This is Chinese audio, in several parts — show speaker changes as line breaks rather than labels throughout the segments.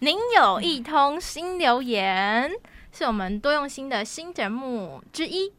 您有一通新留言，是我们多用心的新节目之一，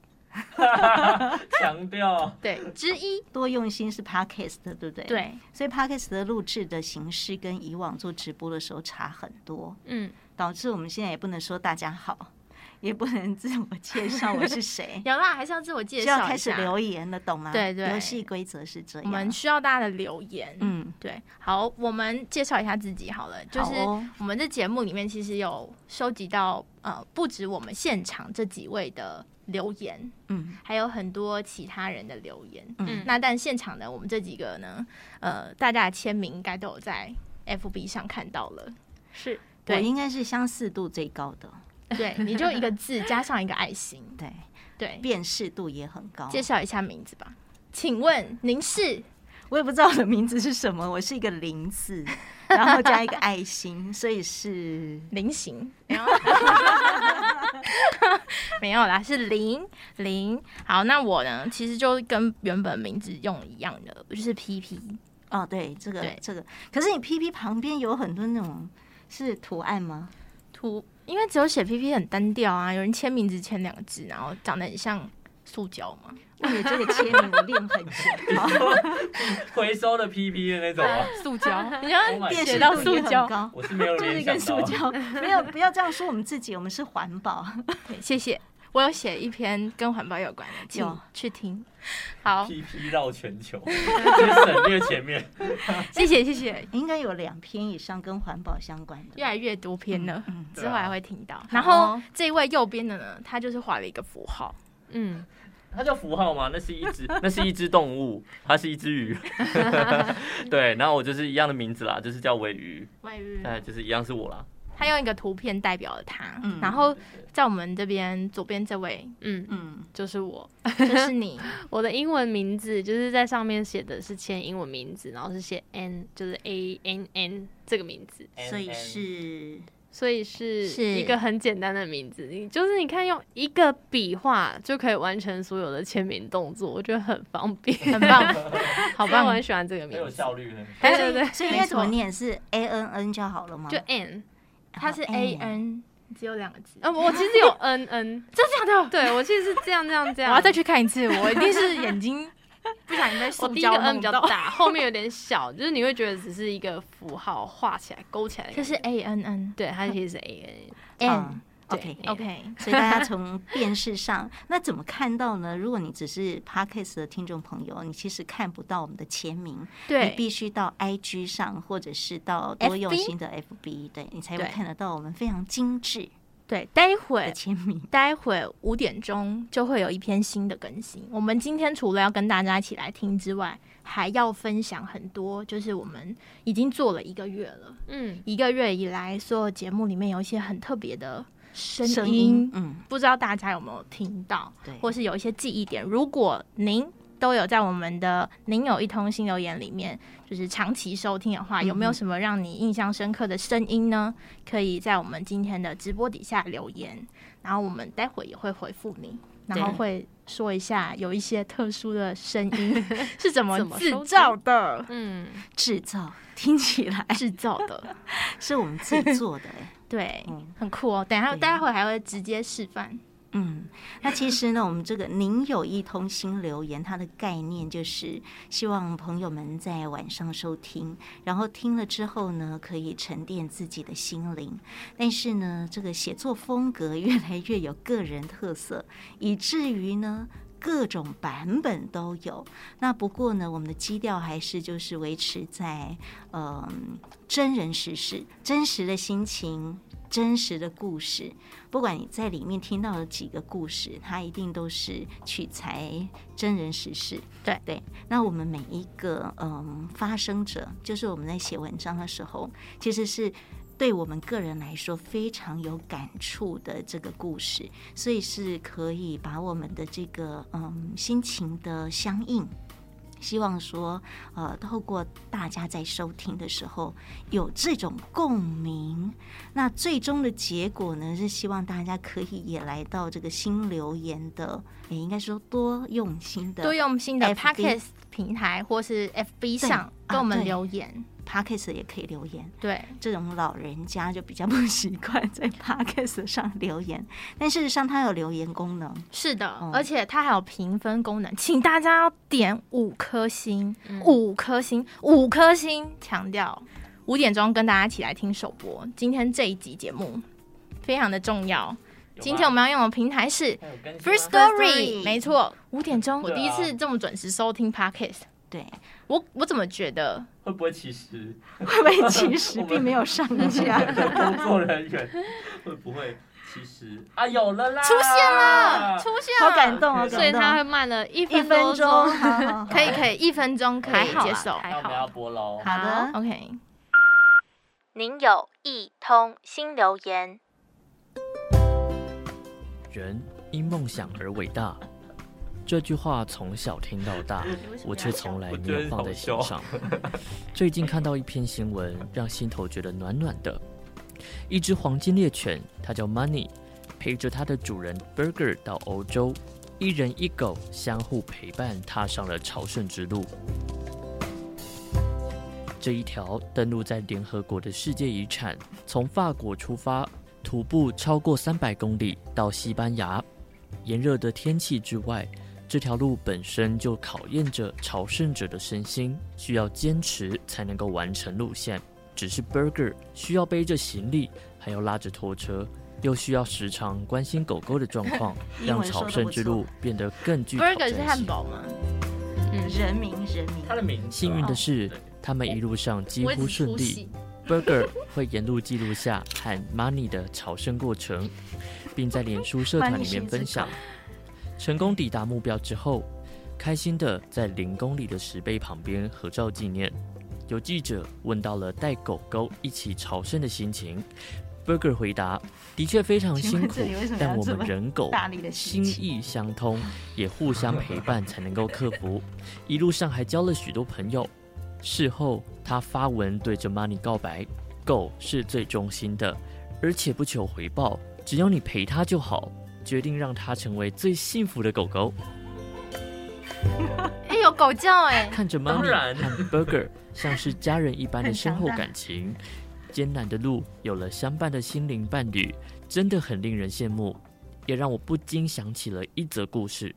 强调
对之一，
多用心是 podcast 的，对不对？。
对，
所以 podcast 的录制的形式跟以往做直播的时候差很多，
嗯，，
导致我们现在也不能说大家好， 也不能自我介绍我是谁
有啦，还是要自我 介
就
绍一
要
下。
开始留言啊了，懂吗？
对对
游戏规则是这
我们
样。
需要大家的留言，嗯，
嗯，
对，好，我们介绍一下自己好了，就是
好哦
我们这节目里面其实有收集到呃，不止我们现场这几位的留言，
嗯，
还有很多其他人的留言，
嗯
那但现场呢，我们这几个呢，呃，大家的签名应该都有在 FB 上看到了，
是
我
对
应该是相似度最高的，
对，你就一个字加上一个爱心，
对，
对，
辨识度也很高。
介绍一下名字吧，请问您是
我也不知道我的名字是什么，我是一个零字，然后加一个爱心，所以是
菱形，没有， 没有啦，是零零。好，那我呢，其实就跟原本名字用一样的，我就是 PP。
哦，对，这个
对
这个，可是你 PP 旁边有很多那种是图 案吗？
图，因为只有写 PP 很单调啊，有人签名只签两个字，然后长得很像塑胶嘛。
为了这个签名，我练很久，哦好
回收的 PP 的那种啊。
塑胶， Oh 你
Oh
看
my
辨
写
识
到
度
塑
也很
胶，
高。
我是没有
就是
联
一个
想
塑
到，
胶，没有不要这样说我们自己，我们是环保。
对谢谢。我有写一篇跟环保有关的，
有
请去听。好，
PP 绕全球，先省略前面。
谢谢谢谢，
应该有两篇以上跟环保相关的。
越来越多篇了，
嗯，
之后还会听到。然
好
后
哦
这一位右边的呢，他就是画了一个符号。
嗯，
它叫符号吗？那是一只，那是一只动物，它是一只鱼。对，然后我就是一样的名字啦，就是叫尾鱼，
外遇
哎，就是一样是我啦。
他用一个图片代表了他，
嗯
然后在我们这边左边这 位
嗯，
嗯，
就是我。
就是你，
我的英文名字就是在上面写的是签英文名字，然后是写 N，就是 A N N 这个名字，
所以是
所以是
是
一个很简单的名字。你就是你看用一个笔画就可以完成所有的签名动作，我觉得很方 便，
很 棒，好
好吧，我
棒
很，喜欢这个名字。
率的。
对对对，
所以应该怎么
没错
念是 A N N 就好了吗？嗯
就 N，
他是
哦
A N，只有两个字，啊
呃，我其实有 N N，
哦真的假的？
对我其实是这样这样这
我
样。
要再去看一次，我一定是眼 睛不小心被
我
塑
第一个
胶
N
弄
比较
到，
大，后面有点小，就是你会觉得只是一个符号画起来、勾起来的
这
感觉。
是 A N N
对，它其 实是 A N。
嗯
N。
对
OK
OK，
所以大家从电视上，那怎么看到呢？如果你只是 Podcast 的听众朋友，你其实看不到我们的签名，你
对，
必须到 IG 上或者是到多
FB
用心的 FB，对你才会
对
看得到我们非常精致
对，待
的
会
签名。
待会五点钟就会有一篇新的更新。我们今天除了要跟大家一起来听之外，还要分享很多，就是我们已经做了一个月了。
嗯，
一个月以来，所有节目里面有一些很特别的声音，
嗯，
不知道大家有没有听到，
对，
或是有一些记忆点。如果您都有在我们的“您有一通新留言”里面，就是长期收听的话，
嗯哼
有没有什么让你印象深刻的声音呢？可以在我们今天的直播底下留言，然后我们待会也会回复你，然后
对
会说一下有一些特殊的声 音是怎么
怎么
制
收集
造的，
嗯，
制造听起来
制造的。
是我们自己做 的、哎，
对，
嗯
很酷哦。等一下，
对
待会还会直接示范。
嗯，那其实呢，我们这个“您有一通新留言”，它的概念就是希望朋友们在晚上收听，然后听了之后呢，可以沉淀自己的心灵。但是呢，这个写作风格越来越有个人特色，以至于呢。各种版本都有，那不过呢，我们的基调还是就是维持在呃真人实事、真实的心情、真实的故事，不管你在里面听到了几个故事，它一定都是取材真人实事。
对
对，那我们每一个嗯发生者，就是我们在写文章的时候，其实是。对我们个人来说非常有感触的这个故事，所以是可以把我们的这个嗯心情的相应，希望说呃透过大家在收听的时候有这种共鸣，那最终的结果呢，是希望大家可以也来到这个新留言的，也应该说多用心的，
多用新的
FB
Podcast 平台或是 FB 上
对
跟我
啊
们
对
留言，
podcast 也可以留言。
对，
这种老人家就比较不习惯在 podcast 上留言，但事实上它有留言功能。
是的，
嗯
而且它还有评分功能，请大家要点五颗星，
嗯
五颗星，五颗星，强调五点钟跟大家一起来听首播。今天这一集节目非常的重要，今天我们要用的平台是
还有更新
First
吗
Story，
Story
没错，五点钟，我
对啊
第一次这么准时收听 Podcast，
对，
我我怎么觉得
会不会其实
会不会其实
我们
并没有上 架？
工作人员会不会其实啊有了啦，
出现了，出现了，
好感，动哦，
所以他
感
会慢了一
动一
分
分
多
钟，
钟。
好好好
可以可以，一分钟可以
还好
接
啦
受
还
那我们要播喽。
好的。
，OK。
您有一通新留言。
人因梦想而伟大，这句话从小听到大，我却从来没有放在心上。最近看到一篇新闻，让心头觉得暖暖的。一只黄金猎犬，它叫 Money，陪着它的主人 Burger 到欧洲，一人一狗相互陪伴，踏上了朝圣之路。这一条登陆在联合国的世界遗产，从法国出发，徒步超过三百公里到西班牙。炎热的天气之外，这条路本身就考验着朝圣者的身心，需要坚持才能够完成路线。只是 Burger 需要背着行李，还要拉着拖车，又需要时常关心狗狗的状 况，
英
让
文说得不
朝圣之
错
路变得更具挑
Burger
战
是汉
性。
堡吗？
人民人民
他的名字啊
幸运的
哦
是，他们一路上几乎顺利。Burger 会沿路记录下和 Money 的朝圣过程，并在脸书社团里面分享。成功抵达目标之后，开心的在零公里的石碑旁边合照纪念。有记者问到了带狗狗一起朝圣的心情，Burger 回答：“的确非常辛
请
苦
问这里为什么，要
但我
这
们
么
人狗
大力的
心
心情。
意相通，也互相陪伴才能够克服。一路上还交了许多朋友。事后，他发文对着 Money 告白：“狗是最忠心的，而且不求回报，只要你陪它就好。”决定让它成为最幸福的狗狗。
哎，有狗叫哎，
看着
当
Money
然
和 Burger 像是家人一般的深厚感情。艰难的路有了相伴的心灵伴侣，真的很令人羡慕，也让我不禁想起了一则故事。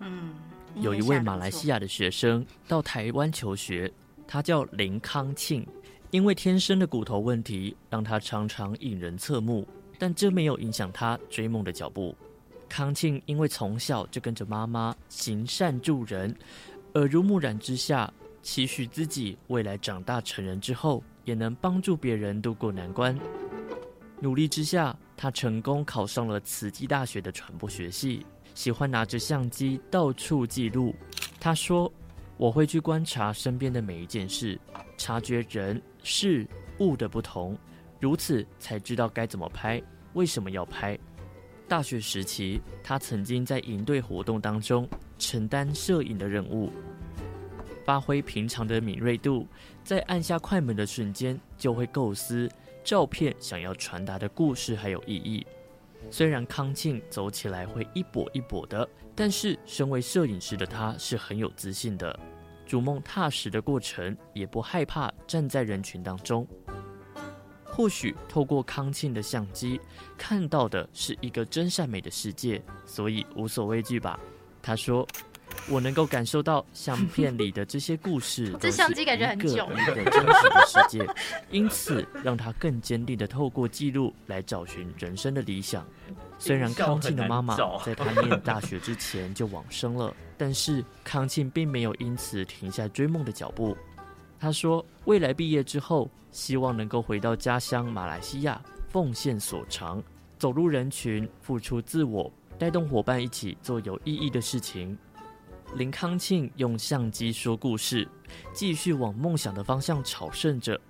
嗯，
有一位马来西
亚
亚的学生到台湾求学，他叫林康庆，因为天生的骨头问题，让他常常引人侧目，但这没有影响他追梦的脚步。康庆因为从小就跟着妈妈行善助人，耳濡目染之下，期许自己未来长大成人之后，也能帮助别人渡过难关。努力之下，他成功考上了慈济大学的传播学系，喜欢拿着相机到处记录。他说：“我会去观察身边的每一件事，察觉人、事、物的不同，如此才知道该怎么拍，为什么要拍。”大学时期，他曾经在营队活动当中承担摄影的任务，发挥平常的敏锐度，在按下快门的瞬间就会构思照片想要传达的故事还有意义。虽然康庆走起来会一跛一跛的，但是身为摄影师的他是很有自信的，逐梦踏实的过程也不害怕站在人群当中。或许透过康庆的相机看到的是一个真善美的世界，所以无所畏惧吧。他说：“我能够感受到相片里的这些故事
，这相机感觉很久
一个真实的世界，因此让他更坚定的透过记录来找寻人生的理想。虽然康庆的妈妈
音效很难找
在他念大学之前就往生了，但是康庆并没有因此停下追梦的脚步。他说，未来毕业之后，希望能够回到家乡马来西亚，奉献所长，走入人群，付出自我，带动伙伴一起做有意义的事情。林康庆用相机说故事，继续往梦想的方向朝圣着。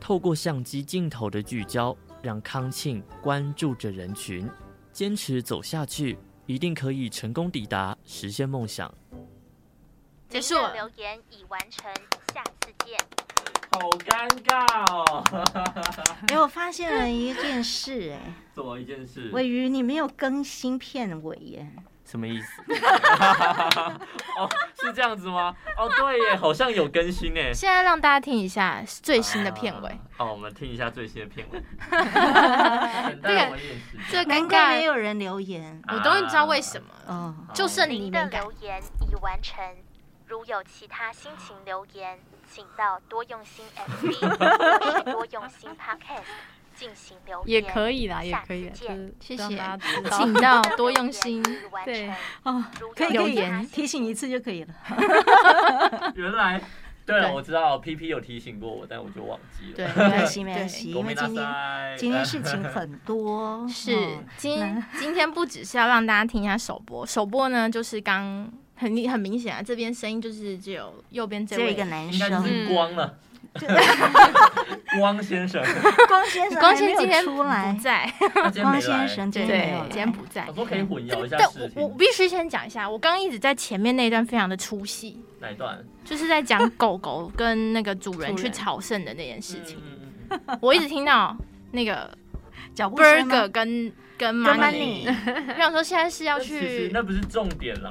透过相机镜头的聚焦，让康庆关注着人群，坚持走下去，一定可以成功抵达，实现梦想。
结束
您
了
的留言已完成，下次见。
好尴尬哦。
哎，我发现了一件事，哎，
怎么一件事？
尾鱼你没有更新片尾耶，
什么意思？ 哦，是这样子吗？哦，对耶，好像有更新耶。
现在让大家听一下最新的片尾
啊。哦，我们听一下最新的片 尾。
这个这个
这
难
尴
怪没
尬，
有人留言
啊
我终于知道为什么了，
哦。
就剩你
您
敏
的
感
留。言已完成，如有其他心情留言，请到多用心 FB 或是多用心 Podcast 进行留
也
言。
可以啦，也可以啦，
下次
就
见
谢
是让
谢
大家知道
请到多用 心。
已完
对
成。
哦，
如有
可以
其
可
他
以
心
提醒一次就可以了。
原来，对了，
对
我知道 P P 有提醒过我，但我就忘记了。
对，
没关系，没关系，
ご
因
め
为
んなさい，
今
哎
天今天事情很 多，
是
哦
今今天不只是要让大家听一下首播，首播呢就是刚很很明显啊，这边声音就是只有右边这
只有一个
位。
男
应该就
生，
是光了。
嗯
光先生，
光先生
光
还没
先
有
今天
出来
不，在，
他今天没
光
来
先生今天没
对
有，
今
来
天不在
我。说可以混淆一下
但
视
我我
听，
必须先讲一下，我刚刚一直在前面那一段非常的出戏，
哪一段？
就是在讲狗狗跟那个主人
主人
去朝圣的那件事情。
嗯嗯嗯
我一直听到那个
脚步声吗
burger 跟跟
跟
money，
money，
我想说现在是要
那其实
去
那不是重点 啦，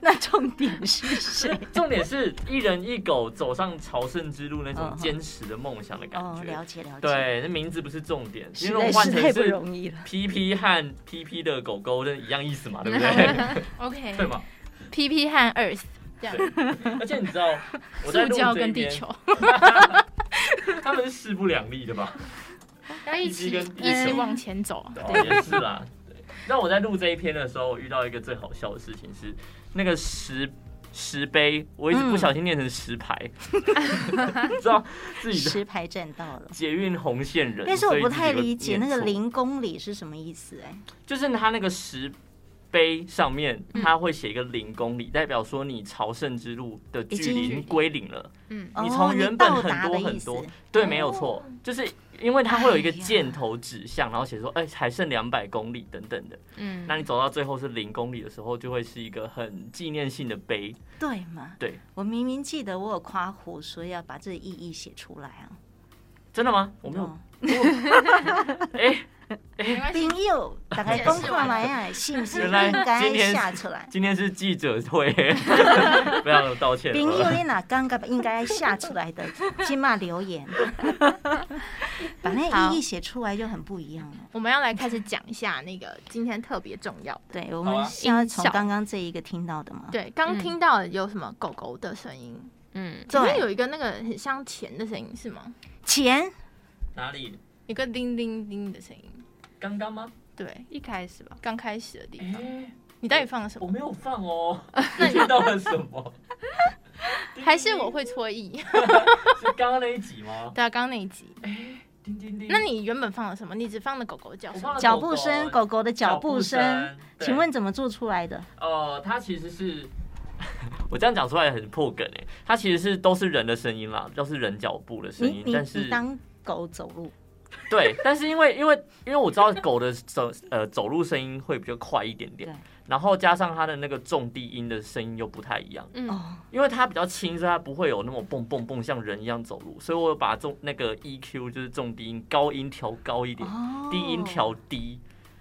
那重点是谁？
重点是一人一狗走上朝圣之路那种
嗯
坚持的梦想的感
嗯
哦，
觉。
了解了解，，
对，那名字不是重点，
实
因为
在
换
是
成
太不
是
容易了。
P P 和 P P 的狗狗，那一样意思嘛，对 不对？
OK
对嘛？
P P 和 Earth 这样
对，而且你知道 我在
塑
录
胶
这
跟地
边，
球
他们是势不两立 的吧？
要一起
一跟
一起往前走。
哦，也是啦。对，那我在录这一篇的时候，我遇到一个最好笑的事情是，那个石石碑，我一直
嗯
不小心念成石牌， 你知道自己的
石牌站到了。
捷运红线人，
但是我不太理
所以
解
自己
那
会念错
个，零公里是什么意思哎、
就是他那个石碑上面，他会写一个零公里，代表说你朝圣之路的距
已
离
经
已经归零了。
嗯，
哦，
你从原本
到
很
达的
多
意
很
思
多，对，没有错，就是因为它会有一个箭头指向，然后写说，哎，还剩两百公里等等的。
嗯
那你走到最后是零公里的时候，就会是一个很纪念性的碑。
对嘛？
对，
我明明记得我有夸胡说要把这个意义写出来啊。
真的吗？我没有
哦。
哎、
没关系，
朋友，哦大概讲看来啊，是不是
原
应
来
该
今天
写 出来？
今天是记者会， 非常的道 歉。
朋友，你哪刚刚应该下出来的？金马留 言，把那个意义写出来就很不一样了。
我们要来开始讲一下那个今天特别重要。
对，我
好
们
啊
是要
音
从
效
刚刚这一个听到的嘛。
对，刚
嗯
听到有什么狗狗的声音，
嗯，
前面
对
有一个那个很像钱的声音是吗？
钱
哪里？
一个叮叮叮的声音，
刚刚吗？
对，
一开始吧，
刚开始的地
哎、
方。你到底放了什
我
么？
没有 放哦。你听到了什么？
还是我会错意？
是刚刚那一集吗？
对啊，刚刚那一集。
叮叮叮。
那你原本放了什么？你只放了狗狗叫
我
声
放了
脚步声，
狗啊
狗狗的脚步声，。
对
请问怎么做出来的？
呃，它其实是 我这样讲出来很破梗哎，它其实是都是人的声音啦，都是人脚步的声
你
音，
你
但是
你当狗走路，
对，但是因为因为因为我知道狗的走呃走路声音会比较快一点
对
点，然后加上它的那个重低音的声音又不太一样，
嗯
哦，
因为它比较轻，所以它不会有那么蹦蹦蹦像人一样走路，所以我有把重那个 EQ 就是重低音高音调高一点，
哦
低音调低，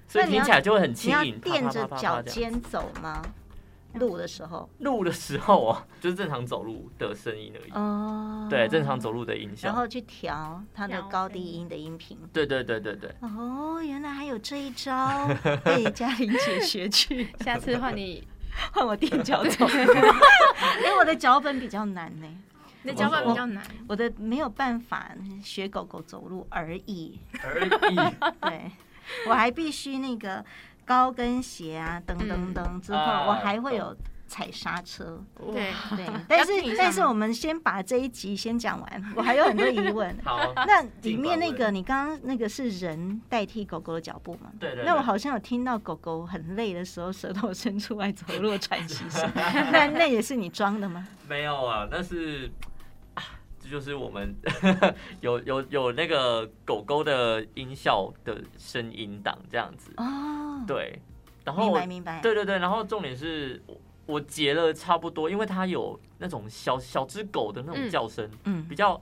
所以
那你要
听起来就会很
你
轻
要
盈，啪
垫
啪
着
啪啪
脚
啪这样。
尖走吗？路的时候，
录的时候啊，就是正常走路的声音而已。
哦，
对，正常走路的音
然
效。
后去调它的
调
高
声
低音的音频。
对对对对对，
哦，原来还有这 一招，被嘉玲姐 学去，
下次换你，
换我垫脚走。因为我的脚本比较难呢、
那脚本比较难。
我的没有办法学狗狗走路而已。
而已。
对，我还必须那个高跟鞋啊，噔
嗯
噔噔之后，
啊
我还会
懂。
有踩 刹车。
对，
对，但
要听一
是
下
但是
吗
我们先把这一集先讲完，我还有很多疑问
好，
那里
尽管
面那个
问
你刚刚那个是人代替狗狗的脚步吗？
对对对
那我好像有听到狗狗很累的时候，舌头伸出来走路的喘息声， 那那也是你装的吗？
没有啊，那是。啊这就是我们 有有有那个狗狗的音效的声音档这样子，
哦，
对，然后
明白明白。
对对对，然后重点是我我截了差不多，因为它有那种小小只狗的那种
嗯
叫声，
嗯
比较
嗯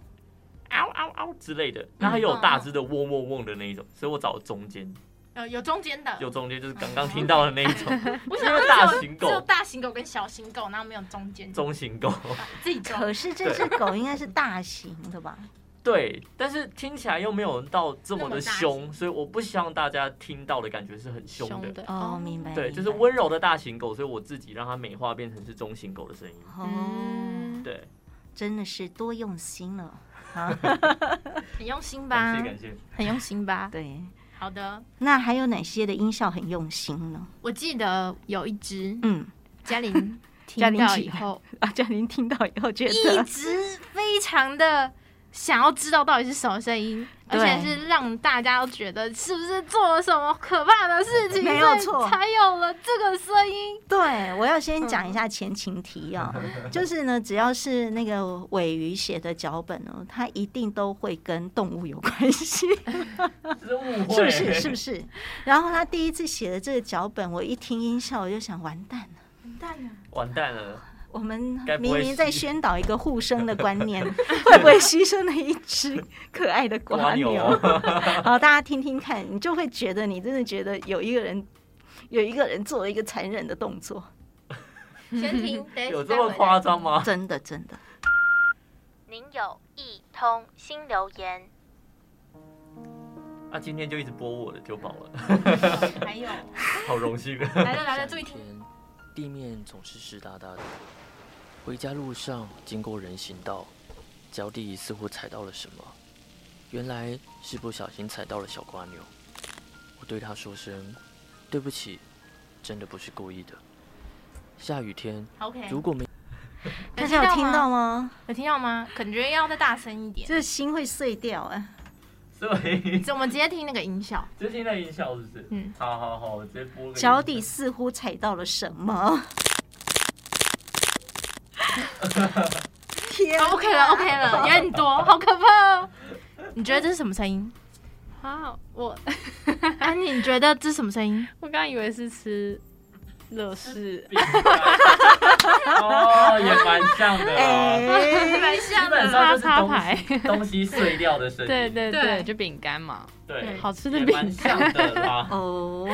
嗷嗷嗷之类的，那它也有大只的嗡嗡嗡的那一种，所以我找中间，
呃，有中间的，
有中间就是刚刚听到的那一 种，
我想说
只有大
啊只有
型狗
只有大型狗跟小型狗，然后没有中间，
中型狗。
自己装
可是这只狗应该是大型的吧？
对，但是听起来又没有到这么
那
的
么大
凶，所以我不希望大家听到的感觉是很凶的。
凶的，
哦，明白。
对，
明
就是
白
温柔的大型狗，所以我自己让它美化变成是中型狗的声音。
嗯
哦，
对，
真的是多用心了啊！
很用心吧
感谢，感谢。
很用心吧。
对，
好的，
那还有哪些的音效很用心呢？
我记得有一只
嗯，
嘉 玲
嘉
听
玲
到
起
以
来
后，
啊，嘉玲听到以后觉
一
得，
直非常的想要知道到底是什么声音，而
对
且是让大家都觉得是不是做了什么可怕的事情，
没有
所以
错
才有了这个声音。
对我要先讲一下前情提要，就是呢，只要是那个尾鱼写的脚本呢，它一定都会跟动物有关系。
这是误会，
是不是？是不是？然后他第一次写的这个脚本，我一听音效，我就想完蛋了。
完蛋了，
我们
该不会
明明在
是
宣导一个互生的观念，会不会牺牲了一只可爱的
瓜
瓜
牛
牛？ 好，大家听听看，你就会觉得你真的觉得有一个人，有一个人做了一个残忍的动作，
先 听，等一下
有哎这么夸张吗？
真的真的。
您有一通新留言，
那、啊今天就一直播我的就饱了，
还有，
好荣幸啊！
来了来了，注意
天
听。，
地面总是湿哒哒的。回家路上经过人行道，脚底似乎踩到了什么，原来是不小心踩到了小瓜牛。我对他说声对不起，真的不是故意的。下雨天
OK，
如果没
大家有听到
吗？
吗？
有听到吗？感觉要再大声一点。
这心会碎掉哎、
所以
我们直接听那个音效，
就听到音效是不是？
嗯，
好好好，我直接播个音效
脚底似乎踩到了什么。天
哦 OK 了，OK 了，有点多，好可怕哦！你觉得这是什么声 音？
啊，我
安啊妮，你觉得这是什么声音？
我刚以为是吃乐事，
饼干哦，也蛮像的
哎、
啦。
蛮像
基本上就是
插插
东
牌
西东西碎掉的声音，
对对
对
对，就饼干嘛，
对，
好吃的
也
饼
蛮像的 啦。
哦，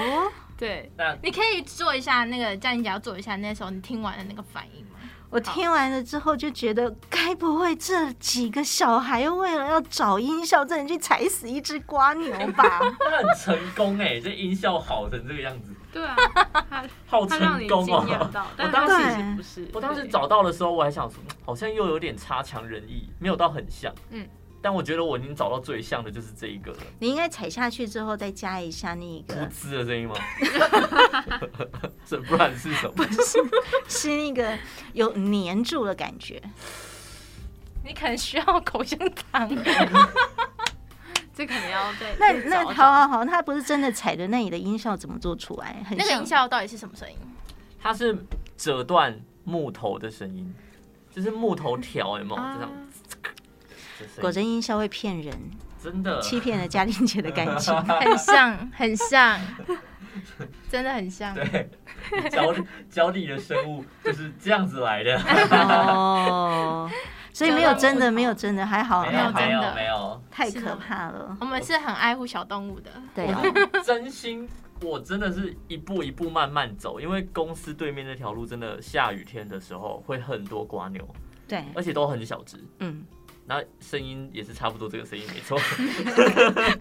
对，
那
你可以做一下那个，叫你姐要做一下那时候你听完的那个反应吗？
我听完了之后就觉得，该不会这几个小孩为了要找音效，真的去踩死一只瓜牛吧？
那很成功哎、这音效好成这个样子，
对啊，它
好
它
成
让你惊
功哦、
艳到，
我
但
当
它
时
其实不是，
我当时
对
找到的时候，我还想说，嗯好像又有点差强人意，没有到很像。嗯
嗯，
但我觉得我已经找到最像的就是这一个了，
你应该踩下去之后再加一下那
噗
个，
呲的声音吗？ 这不然是什么？
是那个有粘住的感觉。
你可能需要口香糖。
这可能要再
那
再
那
找
好好好，他不是真的踩的，那你的音效怎么做出来？很
那个
像
音效到底是什么声音？
它是折断木头的声音，就是木头条，有没有？
啊
这样，这声音
果真音效会骗人，
真的
欺骗了嘉玲姐的感情。
很像，很像，真的很像。
对， 脚底脚底的生物就是这样子来的，
哦，所以没有真的，没有真的，还好，
没
还
有
好，
没
真
有
的
没有，
太可怕了。
我们是很爱护小动物的，
对啊，
真心，我真的是一步一步慢慢走，因为公司对面那条路真的下雨天的时候会很多瓜牛，
对，
而且都很小只，
嗯，
然后声音也是差不多这个声音，没错，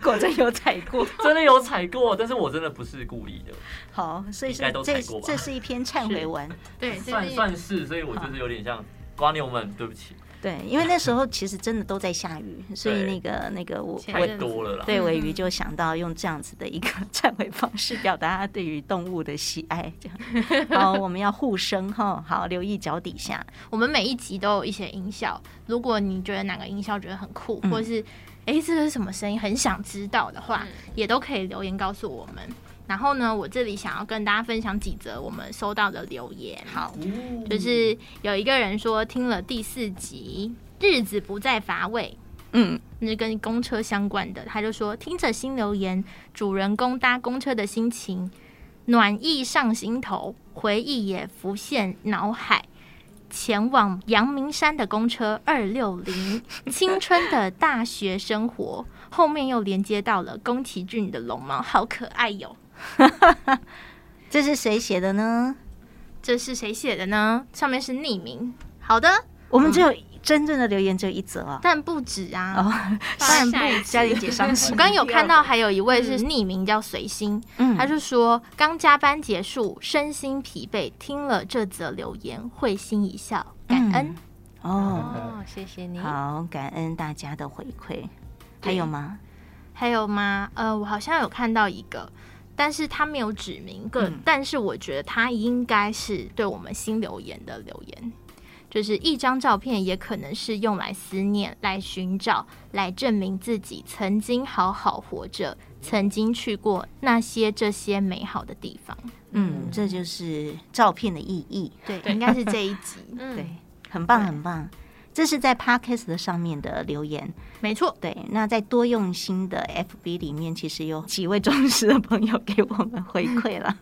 果真有踩过。
真的有踩过，但是我真的不是故意的，
好，所以
应
是
该都踩
这
过吧
这是一篇忏悔文，
对，就
算
是
算是，所以我就是有点像瓜牛们，对不起，
对，因为那时候其实真的都在下雨，所以那个那个我
前
太
阵子
多了啦。
对
嗯
尾鱼就想到用这样子的一个 忏悔方式表达他对于动物的喜爱，这样。好，我们要互生哈，好留意脚底下，
我们每一集都有一些音效。如果你觉得哪个音效觉得很酷，
嗯
或是诶这个是什么声音，很想知道的话，
嗯
也都可以留言告诉我们。然后呢，我这里想要跟大家分享几则我们收到的留言。好，就是有一个人说听了第四集《日子不再乏味》，
嗯，
那是跟公车相关的，他就说听着新留言，主人公搭公车的心情，暖意上心头，回忆也浮现脑海。前往 阳明山的公车二六零，青春的大学生活，后面又连接到了宫崎骏的龙猫，好可爱哟、
这是谁写的呢？
这是谁写的呢？上面是匿名。好的，
我们只有真正的留言只有一则哦。
但不止 啊，
哦
当然
下一
不
次
止。
姐伤
我刚有看到还有一位 是匿名叫随心，
嗯，
他就说刚加班结束，身心疲惫，听了这则留言，会心一笑，感
嗯
恩。
哦，
哦，谢谢
嗯
你。
好，感恩大家的回馈。还有吗？
还有吗？呃，我好像有看到一个，但是他没有指明个，
嗯
但是我觉得他应该是对我们新留言的留言，就是一张照片也可能是用来思念、来寻找、来证明自己曾经好好活着，曾经去过那些这些美好的地方。
嗯，这就是照片的意义。
对，应该是这一 集，
嗯，
对，很棒，
对
很棒。这是在 Podcast 的上面的留言，
没错。
对。那在多用心的 FB 里面，其实有几位忠实的朋友给我们回馈了。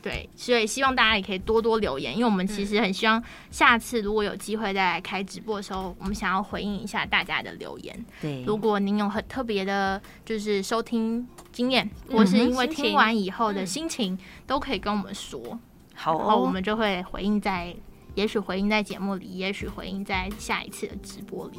对，所以希望大家也可以多多留言，因为我们其实很希望下次如果有机会再来开直播的时候，我们想要回应一下大家的留言。
对，
如果您有很特别的，就是收听经验，或是因为
嗯心情嗯
听完以后的心情，都可以跟我们说，
好
然后
哦，
我们就会回应在，也许回应在节目里，也许回应在下一次的直播里。